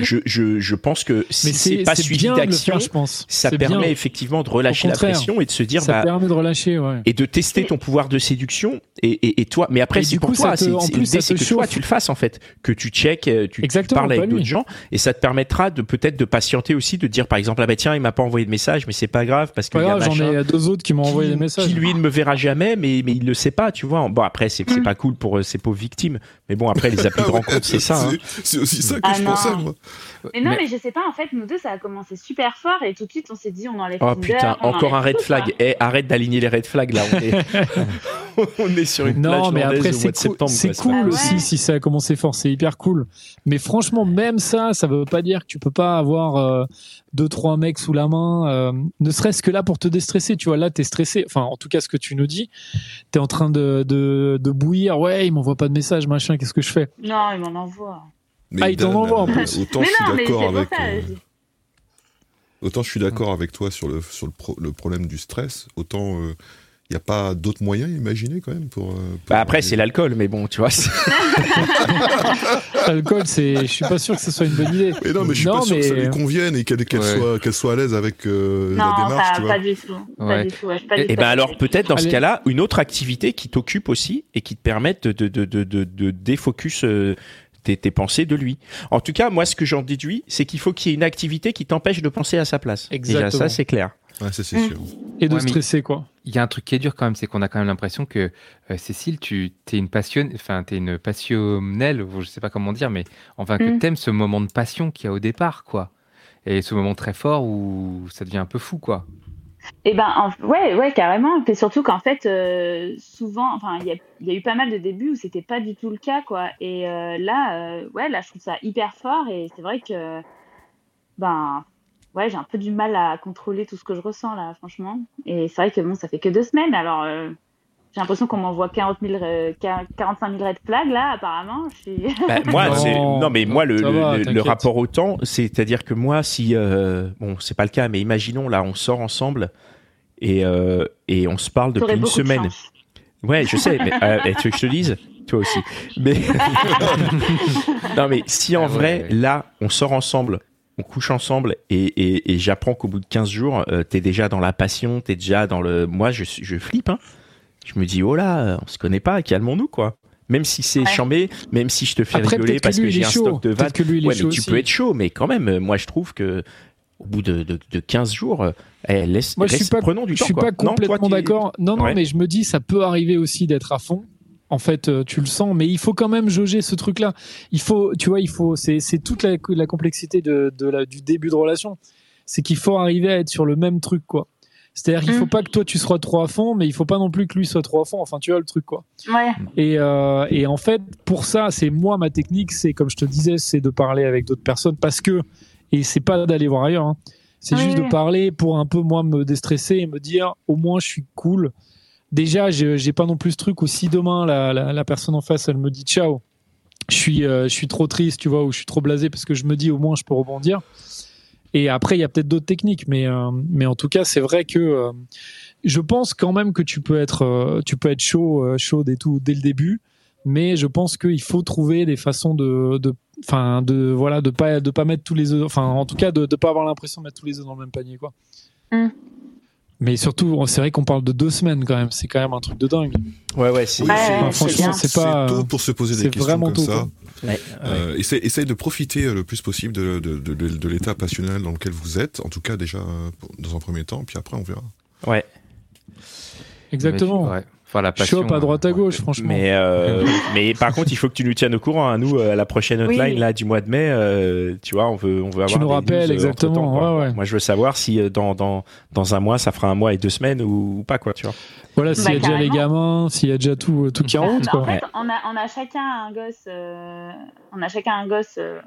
Speaker 1: je, je, je pense que si
Speaker 2: Mais
Speaker 1: c'est pas suivi
Speaker 2: bien de le
Speaker 1: d'action,
Speaker 2: faire, je pense.
Speaker 1: ça
Speaker 2: C'est
Speaker 1: permet
Speaker 2: bien.
Speaker 1: effectivement de relâcher
Speaker 2: Au
Speaker 1: la
Speaker 2: contraire.
Speaker 1: pression et de se dire
Speaker 2: ça
Speaker 1: bah,
Speaker 2: permet de relâcher, ouais.
Speaker 1: et de tester ton pouvoir de séduction et, et, et toi mais après
Speaker 2: Et
Speaker 1: c'est
Speaker 2: du
Speaker 1: pour
Speaker 2: coup,
Speaker 1: toi
Speaker 2: ça te-
Speaker 1: c'est
Speaker 2: en
Speaker 1: c'est-
Speaker 2: plus,
Speaker 1: l'idée
Speaker 2: ça
Speaker 1: c'est
Speaker 2: te
Speaker 1: que toi
Speaker 2: chauffe.
Speaker 1: tu le fasses en fait que tu check euh, tu, tu
Speaker 2: Exactement,
Speaker 1: parles avec
Speaker 2: pas
Speaker 1: d'autres
Speaker 2: lui.
Speaker 1: gens et ça te permettra de peut-être de patienter aussi de dire par exemple ah bah tiens il m'a pas envoyé de message mais c'est pas grave parce que
Speaker 2: Pas
Speaker 1: il y a
Speaker 2: grave, j'en
Speaker 1: ah, machin
Speaker 2: ai deux autres qui m'ont envoyé des messages.
Speaker 1: qui lui ne me verra jamais mais, mais il le sait pas tu vois bon après c'est c'est pas cool pour euh, ces pauvres victimes mais bon après les applis de
Speaker 5: Ah ouais,
Speaker 1: rencontre c'est ça hein.
Speaker 5: c'est- C'est aussi ça que
Speaker 4: Ah
Speaker 5: je
Speaker 4: non.
Speaker 5: pensais, moi.
Speaker 4: Mais non, mais... je sais pas, en fait, nous deux, ça a commencé super fort et tout de suite, on s'est dit, on enlève
Speaker 1: Oh
Speaker 4: Tinder,
Speaker 1: putain,
Speaker 4: on
Speaker 1: encore un red
Speaker 4: enlève tout, quoi.
Speaker 1: flag. Eh, arrête d'aligner les red flags là. On est, on est sur une plage
Speaker 2: Non, mais
Speaker 1: landaise
Speaker 2: après,
Speaker 1: au mois
Speaker 2: c'est
Speaker 1: de
Speaker 2: cool,
Speaker 1: septembre.
Speaker 2: c'est
Speaker 1: quoi, pas
Speaker 2: cool
Speaker 4: grave.
Speaker 2: aussi
Speaker 4: Ouais.
Speaker 2: si ça a commencé fort, c'est hyper cool. Mais franchement, même ça, ça veut pas dire que tu peux pas avoir euh, deux, trois mecs sous la main, euh, ne serait-ce que là pour te déstresser. Tu vois, là, t'es stressé. Enfin, en tout cas, ce que tu nous dis, t'es en train de, de, de bouillir. Ouais, il m'envoie pas de message, machin, qu'est-ce que je fais
Speaker 4: Non, il m'en envoie.
Speaker 5: Mais
Speaker 2: Ah, il t'en
Speaker 5: Dan,
Speaker 2: envoie, en
Speaker 5: euh,
Speaker 2: plus.
Speaker 5: Autant
Speaker 4: mais
Speaker 5: je suis
Speaker 4: non, mais c'est
Speaker 5: d'accord
Speaker 4: pour
Speaker 5: avec.
Speaker 4: ça.
Speaker 5: euh,
Speaker 4: je dis.
Speaker 5: Autant je suis d'accord avec toi sur le, sur le, pro- le problème du stress, autant euh, il n'y a pas d'autres moyens imaginés quand même pour. euh, pour-
Speaker 1: Bah après, c'est l'alcool, mais bon, tu vois. c'est-
Speaker 2: L'alcool, c'est, je suis pas sûr que ce soit une bonne idée.
Speaker 5: Mais non, mais je suis pas sûr que ça lui convienne et qu'elle qu'elle
Speaker 3: Ouais.
Speaker 5: soit, qu'elle soit à l'aise avec euh,
Speaker 4: Non,
Speaker 5: la démarche,
Speaker 4: pas,
Speaker 5: tu vois. Eh
Speaker 4: pas du tout. Pas
Speaker 3: Ouais.
Speaker 4: du tout. ouais, je suis pas du
Speaker 1: Et
Speaker 4: tout
Speaker 1: ben
Speaker 4: d'accord.
Speaker 1: alors peut-être dans ce
Speaker 2: Allez.
Speaker 1: cas-là une autre activité qui t'occupe aussi et qui te permette de de de de, de, de défocus euh, tes, tes pensées de lui. En tout cas, moi ce que j'en déduis, c'est qu'il faut qu'il y ait une activité qui t'empêche de penser à sa place. Déjà, ça
Speaker 2: Exactement.
Speaker 1: c'est clair.
Speaker 5: Ouais, ça, c'est
Speaker 4: Mm.
Speaker 5: sûr.
Speaker 2: Et de
Speaker 3: Ouais, mais-
Speaker 2: stresser, quoi.
Speaker 3: Il y a un truc qui est dur quand même, c'est qu'on a quand même l'impression que euh, Cécile, tu es une passionne, enfin t'es une passionnelle, ou je sais pas comment dire, mais enfin que
Speaker 4: Mm.
Speaker 3: t'aimes ce moment de passion qu'il y a au départ, quoi. Et ce moment très fort où ça devient un peu fou, quoi.
Speaker 4: Eh ben, en- ouais, ouais, carrément. Et surtout qu'en fait, euh, souvent, enfin, il y a, il y a eu pas mal de débuts où c'était pas du tout le cas, quoi. Et euh, là, euh, ouais, là, je trouve ça hyper fort. Et c'est vrai que, ben, ouais, j'ai un peu du mal à contrôler tout ce que je ressens là, franchement. Et c'est vrai que bon, ça fait que deux semaines, alors euh, j'ai l'impression qu'on m'envoie 40 000, euh, 45 000 red flags là, apparemment. Je suis...
Speaker 1: Bah, moi,
Speaker 2: Non.
Speaker 1: c'est- non, mais moi, le,
Speaker 2: Ça
Speaker 1: le-
Speaker 2: va,
Speaker 1: le- le
Speaker 2: t'inquiète.
Speaker 1: rapport au temps, c'est-à-dire que moi, si euh, bon, c'est pas le cas, mais imaginons là, on sort ensemble et euh, et on se parle depuis
Speaker 4: T'aurais
Speaker 1: une
Speaker 4: beaucoup de
Speaker 1: semaine.
Speaker 4: chance.
Speaker 1: Ouais, je sais, mais euh, eh, tu veux que je te le dise Toi aussi. Mais non, mais si en
Speaker 3: Ah ouais,
Speaker 1: vrai,
Speaker 3: ouais.
Speaker 1: là, on sort ensemble, on couche ensemble, et, et, et j'apprends qu'au bout de 15 jours, euh, t'es déjà dans la passion, t'es déjà dans le. Moi, je, suis- je flippe. Hein. Je me dis, oh là, euh, on se connaît pas, calmons-nous, quoi. Même si c'est
Speaker 4: Ouais.
Speaker 1: chambé, même si je te fais
Speaker 2: Après,
Speaker 1: rigoler
Speaker 2: peut-être
Speaker 1: parce
Speaker 2: que
Speaker 1: que,
Speaker 2: lui, il
Speaker 1: j'ai
Speaker 2: est
Speaker 1: un
Speaker 2: chaud.
Speaker 1: stock de vannes.
Speaker 2: Peut-être que lui, il est
Speaker 1: Ouais,
Speaker 2: chaud
Speaker 1: mais tu peux
Speaker 2: aussi.
Speaker 1: être chaud, mais quand même, euh, moi, je trouve que. Au bout de, de, de 15 jours, euh, eh, laisse,
Speaker 2: Moi, je suis
Speaker 1: reste-
Speaker 2: pas-
Speaker 1: prenons du
Speaker 2: Je
Speaker 1: temps.
Speaker 2: suis
Speaker 1: quoi.
Speaker 2: pas
Speaker 1: Non, toi,
Speaker 2: complètement
Speaker 1: tu-
Speaker 2: d'accord. Non, non,
Speaker 1: Ouais.
Speaker 2: mais je me dis, ça peut arriver aussi d'être à fond. En fait, euh, tu le sens, mais il faut quand même jauger ce truc-là. Il faut, tu vois, il faut, c'est c'est toute la, la complexité de, de la, du début de relation. C'est qu'il faut arriver à être sur le même truc, quoi. C'est-à-dire qu'il faut
Speaker 4: Mm.
Speaker 2: pas que toi tu sois trop à fond, mais il faut pas non plus que lui soit trop à fond. Enfin, tu vois le truc, quoi.
Speaker 4: Ouais.
Speaker 2: Et, euh, et en fait, pour ça, c'est moi ma technique, c'est comme je te disais, c'est de parler avec d'autres personnes parce que et c'est pas d'aller voir ailleurs. hein. C'est
Speaker 4: Oui,
Speaker 2: juste
Speaker 4: oui.
Speaker 2: de parler pour un peu moi me déstresser et me dire au moins je suis cool. Déjà, j'ai j'ai pas non plus ce truc où si demain la, la, la personne en face elle me dit ciao, je suis euh, je suis trop triste, tu vois, ou je suis trop blasé parce que je me dis au moins je peux rebondir. Et après, il y a peut-être d'autres techniques, mais euh, mais en tout cas, c'est vrai que euh, je pense quand même que tu peux être, euh, tu peux être chaud, euh, chaude et tout dès le début, mais je pense qu'il faut trouver des façons de, de, enfin, de voilà, de pas, de pas mettre tous les œufs, enfin, en tout cas, de, de pas avoir l'impression de mettre tous les œufs dans le même panier, quoi.
Speaker 4: Mm.
Speaker 2: Mais surtout, on- c'est vrai qu'on parle de deux semaines quand même. C'est quand même un truc de dingue.
Speaker 1: Ouais, ouais, c'est.
Speaker 5: Oui,
Speaker 4: Ouais, ouais,
Speaker 5: c'est-
Speaker 4: c'est bien.
Speaker 5: franchement, c'est
Speaker 2: C'est pas,
Speaker 5: tôt
Speaker 2: euh,
Speaker 5: pour se poser des
Speaker 2: c'est
Speaker 5: questions
Speaker 2: vraiment
Speaker 5: comme
Speaker 2: tôt,
Speaker 5: ça.
Speaker 2: quoi.
Speaker 1: Ouais, ouais.
Speaker 5: Euh, essaye, essaye de profiter euh, le plus possible de, de, de- de- de l'état passionnel dans lequel vous êtes, en tout cas déjà euh, pour- dans un premier temps, puis après on verra.
Speaker 2: Exactement.
Speaker 3: Ouais. Enfin, la passion.
Speaker 5: hein.
Speaker 2: Chope à droite à gauche, franchement.
Speaker 1: Mais, euh, mais par contre, il faut que tu nous tiennes au courant. hein. Nous, euh, à la prochaine
Speaker 4: Oui.
Speaker 1: hotline là, du mois de mai, euh, tu vois, on veut, on veut avoir.
Speaker 2: Tu nous
Speaker 1: des
Speaker 2: rappelles
Speaker 1: news, euh,
Speaker 2: exactement,
Speaker 1: entre-temps, quoi.
Speaker 2: ouais, ouais.
Speaker 1: Moi, je veux savoir si euh, dans, dans, dans un mois, ça fera un mois et deux semaines ou, ou pas, quoi, tu vois.
Speaker 2: Voilà, s'il y a
Speaker 4: Bah,
Speaker 2: déjà les
Speaker 4: carrément.
Speaker 2: gamins, s'il y a déjà tout, euh, tout qui rentre,
Speaker 4: Bah,
Speaker 2: quoi.
Speaker 4: En fait, on a, on a chacun un gosse, euh, on a chacun un gosse euh,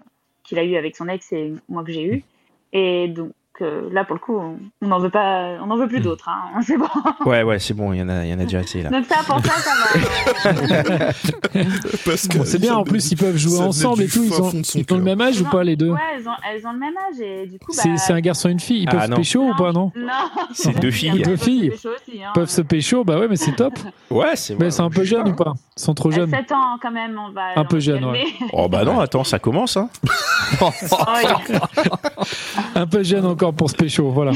Speaker 4: qu'il a eu avec son ex et moi que j'ai eu. Et donc euh, là, pour le coup, on n'en veut pas, on n'en
Speaker 2: Hmm.
Speaker 4: veut plus d'autres. Hein, c'est bon.
Speaker 1: Ouais, ouais, c'est bon, il y en a, il y en a déjà assez là.
Speaker 4: Donc ça, pour ça, ça va.
Speaker 5: Parce que
Speaker 2: Bon, c'est bien, en plus, ils peuvent jouer
Speaker 5: ça venait
Speaker 2: ensemble et
Speaker 5: du
Speaker 2: tout. Ils
Speaker 5: fin
Speaker 2: ont,
Speaker 5: fond de son
Speaker 2: ils ont le
Speaker 5: cœur.
Speaker 2: même âge ou pas, les deux
Speaker 4: Ouais, elles ont, elles ont le même âge et du coup, bah,
Speaker 2: C'est c'est un garçon et une fille. Ils
Speaker 1: Ah,
Speaker 2: peuvent se
Speaker 1: non.
Speaker 2: pécho ou pas, non
Speaker 4: Non.
Speaker 1: C'est deux filles.
Speaker 4: Ils
Speaker 2: Deux
Speaker 4: peuvent
Speaker 2: filles.
Speaker 4: se pécho aussi, hein.
Speaker 2: Ils peuvent se pécho, bah ouais, mais c'est top.
Speaker 1: Ouais, c'est
Speaker 2: Mais c'est un peu jeune ou pas Ils sont trop
Speaker 4: À
Speaker 2: jeunes.
Speaker 4: 7 ans quand même, on va.
Speaker 2: Un
Speaker 4: on
Speaker 2: peu
Speaker 4: va se
Speaker 2: jeune,
Speaker 4: calmer.
Speaker 1: Oh bah non, attends, ça commence, hein.
Speaker 4: Oh, il-
Speaker 2: Un peu jeune encore pour se pécho, voilà.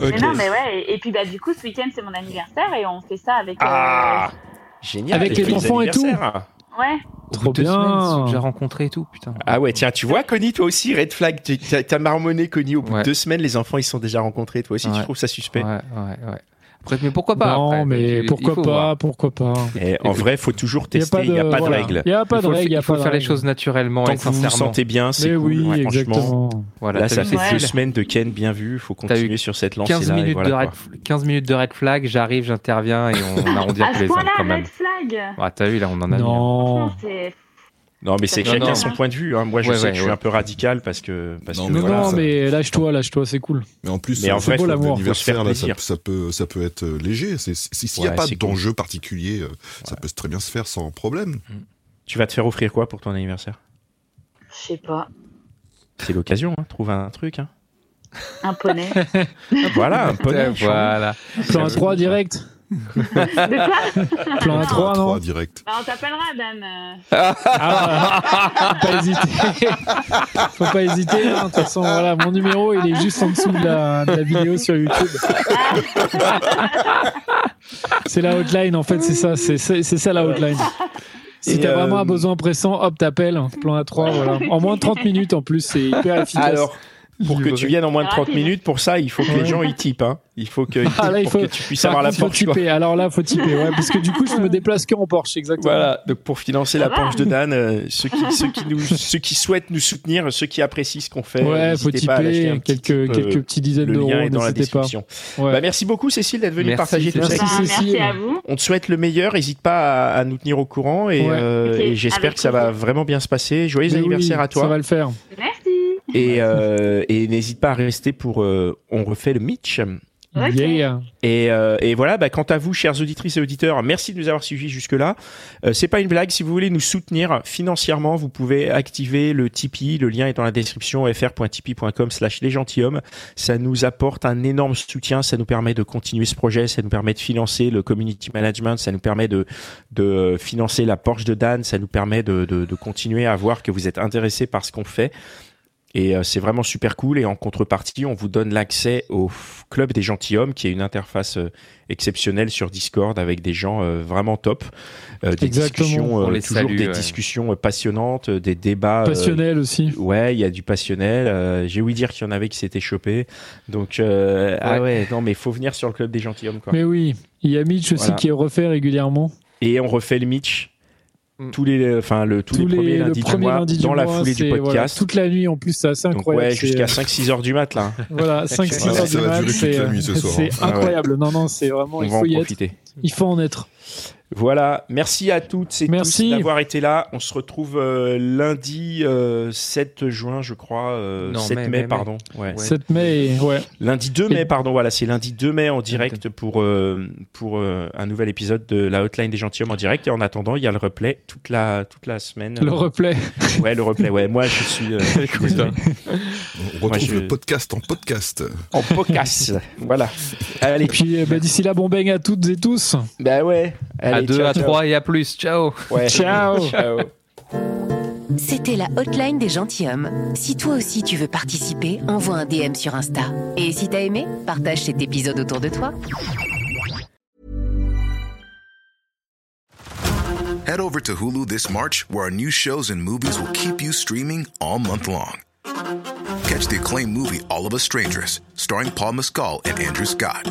Speaker 4: mais non, mais ouais. Et, et puis bah du coup, ce week-end c'est mon anniversaire et on fait ça avec. euh,
Speaker 1: Ah Génial.
Speaker 2: Avec les
Speaker 1: feliz
Speaker 2: enfants et tout.
Speaker 1: anniversaire.
Speaker 4: Ouais.
Speaker 2: Trop bien.
Speaker 3: J'ai rencontré et tout, putain.
Speaker 1: Ah ouais, tiens, tu vois, Connie, toi aussi, Red Flag, tu- t'as t'as marmonné Connie au bout
Speaker 3: Ouais.
Speaker 1: de deux semaines, les enfants ils sont déjà rencontrés, toi aussi, tu
Speaker 3: Ouais.
Speaker 1: trouves ça suspect
Speaker 3: Ouais, ouais, ouais. Après, mais pourquoi pas
Speaker 2: Non,
Speaker 3: après
Speaker 2: mais
Speaker 3: Tu- il
Speaker 2: pourquoi
Speaker 3: faut
Speaker 2: pas,
Speaker 3: voir.
Speaker 2: pourquoi pas.
Speaker 1: Et en vrai, faut toujours
Speaker 2: Il y
Speaker 1: tester, il n'y a pas de,
Speaker 2: voilà.
Speaker 1: règle.
Speaker 2: Il n'y a pas
Speaker 3: Il
Speaker 2: de
Speaker 3: faut, le-
Speaker 2: règle, il y a
Speaker 3: il faut
Speaker 2: pas de
Speaker 3: faire les
Speaker 2: règle.
Speaker 3: choses naturellement
Speaker 1: Tant
Speaker 3: et
Speaker 1: que vous vous
Speaker 3: sincèrement.
Speaker 1: sentez bien, c'est
Speaker 2: Mais
Speaker 1: cool.
Speaker 2: oui,
Speaker 1: Ouais, franchement,
Speaker 2: exactement.
Speaker 3: Voilà,
Speaker 1: Là,
Speaker 3: t'as
Speaker 1: ça
Speaker 3: vu,
Speaker 1: fait
Speaker 4: Ouais.
Speaker 1: deux semaines de Ken bien vu, faut
Speaker 3: T'as eu
Speaker 1: continuer sur cette lancée
Speaker 3: 15
Speaker 1: là.
Speaker 3: minutes, de red, 15 minutes de red flag, j'arrive, j'interviens et on arrondit
Speaker 4: À
Speaker 3: un peu
Speaker 4: ce
Speaker 3: les angles
Speaker 4: point-là,
Speaker 3: quand même.
Speaker 4: red flag.
Speaker 3: Ah, t'as vu, là, on en a mis, hein.
Speaker 2: Non.
Speaker 4: Franchement, c'est-
Speaker 1: Non, mais c'est
Speaker 4: Non,
Speaker 1: chacun
Speaker 3: non.
Speaker 1: son point de vue. hein. Moi, je
Speaker 3: Ouais,
Speaker 1: sais
Speaker 3: ouais,
Speaker 1: que je suis
Speaker 3: ouais.
Speaker 1: un peu radical parce que. Parce
Speaker 5: Non,
Speaker 1: que
Speaker 5: mais
Speaker 2: Non,
Speaker 1: voilà,
Speaker 2: non,
Speaker 1: ça-
Speaker 2: mais lâche-toi, lâche-toi, c'est cool.
Speaker 5: Mais en plus,
Speaker 1: Mais en
Speaker 5: euh,
Speaker 1: vrai,
Speaker 5: fête
Speaker 1: faut-
Speaker 2: l'amour, faut se
Speaker 5: d'anniversaire,
Speaker 1: faire
Speaker 5: là, ça,
Speaker 1: plaisir.
Speaker 5: ça peut, ça peut être euh, léger. C'est- c'est- S'il n'y
Speaker 1: Ouais,
Speaker 5: a pas
Speaker 1: c'est
Speaker 5: d'enjeu particulier, euh, ça peut très bien se faire sans problème.
Speaker 1: Tu vas te faire offrir quoi pour ton anniversaire
Speaker 4: Je sais pas.
Speaker 1: C'est l'occasion, hein. trouve un truc. hein.
Speaker 4: Un poney.
Speaker 1: Voilà, un poney.
Speaker 3: Voilà.
Speaker 2: Plan A3 direct.
Speaker 4: De quoi
Speaker 2: Plan
Speaker 4: Non.
Speaker 2: A3, non
Speaker 5: Trois direct.
Speaker 4: Bah, on t'appellera, Dan.
Speaker 2: Ah, voilà. faut pas hésiter. faut pas hésiter. hein. De toute façon, voilà, mon numéro, il est juste en dessous de la, de la vidéo sur YouTube. c'est la hotline, en fait, c'est ça. C'est c'est- c'est ça la hotline. Si
Speaker 1: Et,
Speaker 2: t'as vraiment
Speaker 1: euh,
Speaker 2: un besoin pressant, hop, t'appelles. hein. Plan A3, voilà. En moins de 30 minutes, en plus, c'est hyper efficace.
Speaker 1: Alors, pour que tu viennes en moins de 30
Speaker 4: Rapide.
Speaker 1: minutes, pour ça, il faut que
Speaker 2: Ouais.
Speaker 1: les gens ils typent. hein. Il faut que,
Speaker 2: Ah, là, il
Speaker 1: pour
Speaker 2: faut-
Speaker 1: que tu puisses
Speaker 2: Par
Speaker 1: avoir la
Speaker 2: contre, faut
Speaker 1: Porsche. quoi.
Speaker 2: typer. Alors là, faut typer, ouais, parce que du coup, je me déplace que en Porsche, exactement.
Speaker 1: Voilà, donc pour financer la
Speaker 4: Ça va
Speaker 1: planche de Dan, euh, ceux, qui, ceux, qui nous, ceux qui souhaitent nous soutenir, ceux qui apprécient ce qu'on fait, euh,
Speaker 2: Ouais, faut
Speaker 1: n'hésitez pas à lâcher un
Speaker 2: typer
Speaker 1: petit
Speaker 2: quelques,
Speaker 1: tip, euh,
Speaker 2: quelques petits dizaines
Speaker 1: le
Speaker 2: d'euros,
Speaker 1: lien est dans la
Speaker 2: n'hésitez pas.
Speaker 1: description.
Speaker 2: Ouais.
Speaker 1: Bah, merci beaucoup Cécile d'être venue
Speaker 3: Merci,
Speaker 1: partager tout ça.
Speaker 3: Cécile.
Speaker 4: Bah,
Speaker 2: Merci, Cécile.
Speaker 4: merci à vous.
Speaker 1: On te souhaite le meilleur, n'hésite pas à, à nous tenir au courant et,
Speaker 2: Ouais.
Speaker 1: euh,
Speaker 4: Ok,
Speaker 1: et j'espère
Speaker 4: avec
Speaker 1: que ça va
Speaker 4: plaisir.
Speaker 1: vraiment bien se passer. Joyeux
Speaker 2: Mais oui,
Speaker 1: anniversaire à
Speaker 2: Ça va
Speaker 1: toi
Speaker 2: le faire.
Speaker 4: Merci.
Speaker 1: et, euh, et n'hésite pas à rester pour euh, On refait le Mitch.
Speaker 4: Ok.
Speaker 2: Yeah.
Speaker 1: Et, euh, et voilà, bah, quant à vous, chères auditrices et auditeurs, merci de nous avoir suivis jusque-là. Euh, c'est pas une blague, si vous voulez nous soutenir financièrement, vous pouvez activer le Tipeee, le lien est dans la description, fr.tipeee.com slash les gentilshommes. Ça nous apporte un énorme soutien, ça nous permet de continuer ce projet, ça nous permet de financer le community management, ça nous permet de, de financer la Porsche de Dan, ça nous permet de, de, de continuer à voir que vous êtes intéressés par ce qu'on fait. Et euh, c'est vraiment super cool. Et en contrepartie, on vous donne l'accès au f- Club des Gentilhommes, qui est une interface euh, exceptionnelle sur Discord avec des gens euh, vraiment top. Euh, des
Speaker 2: Exactement.
Speaker 1: discussions,
Speaker 3: On les
Speaker 1: toujours
Speaker 3: salue,
Speaker 1: des
Speaker 3: ouais.
Speaker 1: discussions euh, passionnantes, euh, des débats. euh,
Speaker 2: Passionnel aussi.
Speaker 1: Ouais, il y a du passionnel. Euh, J'ai ouï dire qu'il y en avait qui s'étaient chopés. Donc, euh, ah ouais, non, mais faut venir sur le club des gentilhommes, quoi.
Speaker 2: Mais oui, il y a Mitch aussi
Speaker 1: hein. Voilà.
Speaker 2: qui est refait régulièrement.
Speaker 1: Et on refait le Mitch
Speaker 3: Mm.
Speaker 1: tous les, enfin, le, tous les premiers
Speaker 2: le
Speaker 1: lundis du
Speaker 2: premier
Speaker 1: mois
Speaker 2: lundi du
Speaker 1: dans la
Speaker 2: mois,
Speaker 1: foulée du
Speaker 2: c'est- voilà,
Speaker 1: podcast.
Speaker 2: toute la nuit en plus, c'est assez
Speaker 1: Donc,
Speaker 2: incroyable.
Speaker 1: ouais,
Speaker 2: c'est- euh,
Speaker 1: jusqu'à 5-6 heures du mat, là.
Speaker 2: Voilà, 5 6
Speaker 1: Ouais,
Speaker 2: heures
Speaker 5: ça
Speaker 2: du
Speaker 5: va
Speaker 2: mat,
Speaker 5: durer toute la nuit
Speaker 2: c'est euh,
Speaker 5: ce soir.
Speaker 2: c'est
Speaker 1: Ah ouais.
Speaker 2: incroyable. Non non, c'est vraiment
Speaker 1: On
Speaker 2: il
Speaker 1: va en
Speaker 2: faut y être.
Speaker 1: profiter.
Speaker 2: Il faut en être.
Speaker 1: Voilà, merci à toutes et
Speaker 2: Merci.
Speaker 1: tous d'avoir été là. On se retrouve euh, lundi euh, 7 juin, je crois. euh,
Speaker 3: Non,
Speaker 1: 7 mai,
Speaker 3: mai, mai, mai.
Speaker 1: pardon. Ouais.
Speaker 3: Ouais.
Speaker 2: 7 mai, ouais.
Speaker 1: Lundi 2 mai, pardon. Voilà, c'est lundi 2 mai
Speaker 2: Ah,
Speaker 1: en direct pour, euh, pour euh, un nouvel épisode de la Hotline des Gentilhommes en direct. Et en attendant, il y a le replay toute la, toute la semaine.
Speaker 2: Le replay.
Speaker 1: Ouais, le replay. Ouais, moi, je suis. euh, je suis désolé.
Speaker 5: On retrouve
Speaker 1: je-
Speaker 5: le podcast en podcast.
Speaker 1: en podcast. voilà. Allez,
Speaker 2: Et puis euh, bah, d'ici là, bon bang à toutes et tous.
Speaker 1: bah ouais. Allez,
Speaker 3: À 2,
Speaker 1: ciao,
Speaker 3: à
Speaker 1: ciao.
Speaker 3: 3 et à plus. Ciao.
Speaker 1: Ouais.
Speaker 2: Ciao.
Speaker 1: ciao.
Speaker 6: C'était la hotline des gentilshommes. Si toi aussi tu veux participer, envoie un DM sur Insta. Et si t'as aimé, partage cet épisode autour de toi.
Speaker 7: Head over to Hulu this March, where our new shows and movies will keep you streaming all month long. Catch the acclaimed movie All of Us Strangers, starring Paul Mescal and Andrew Scott.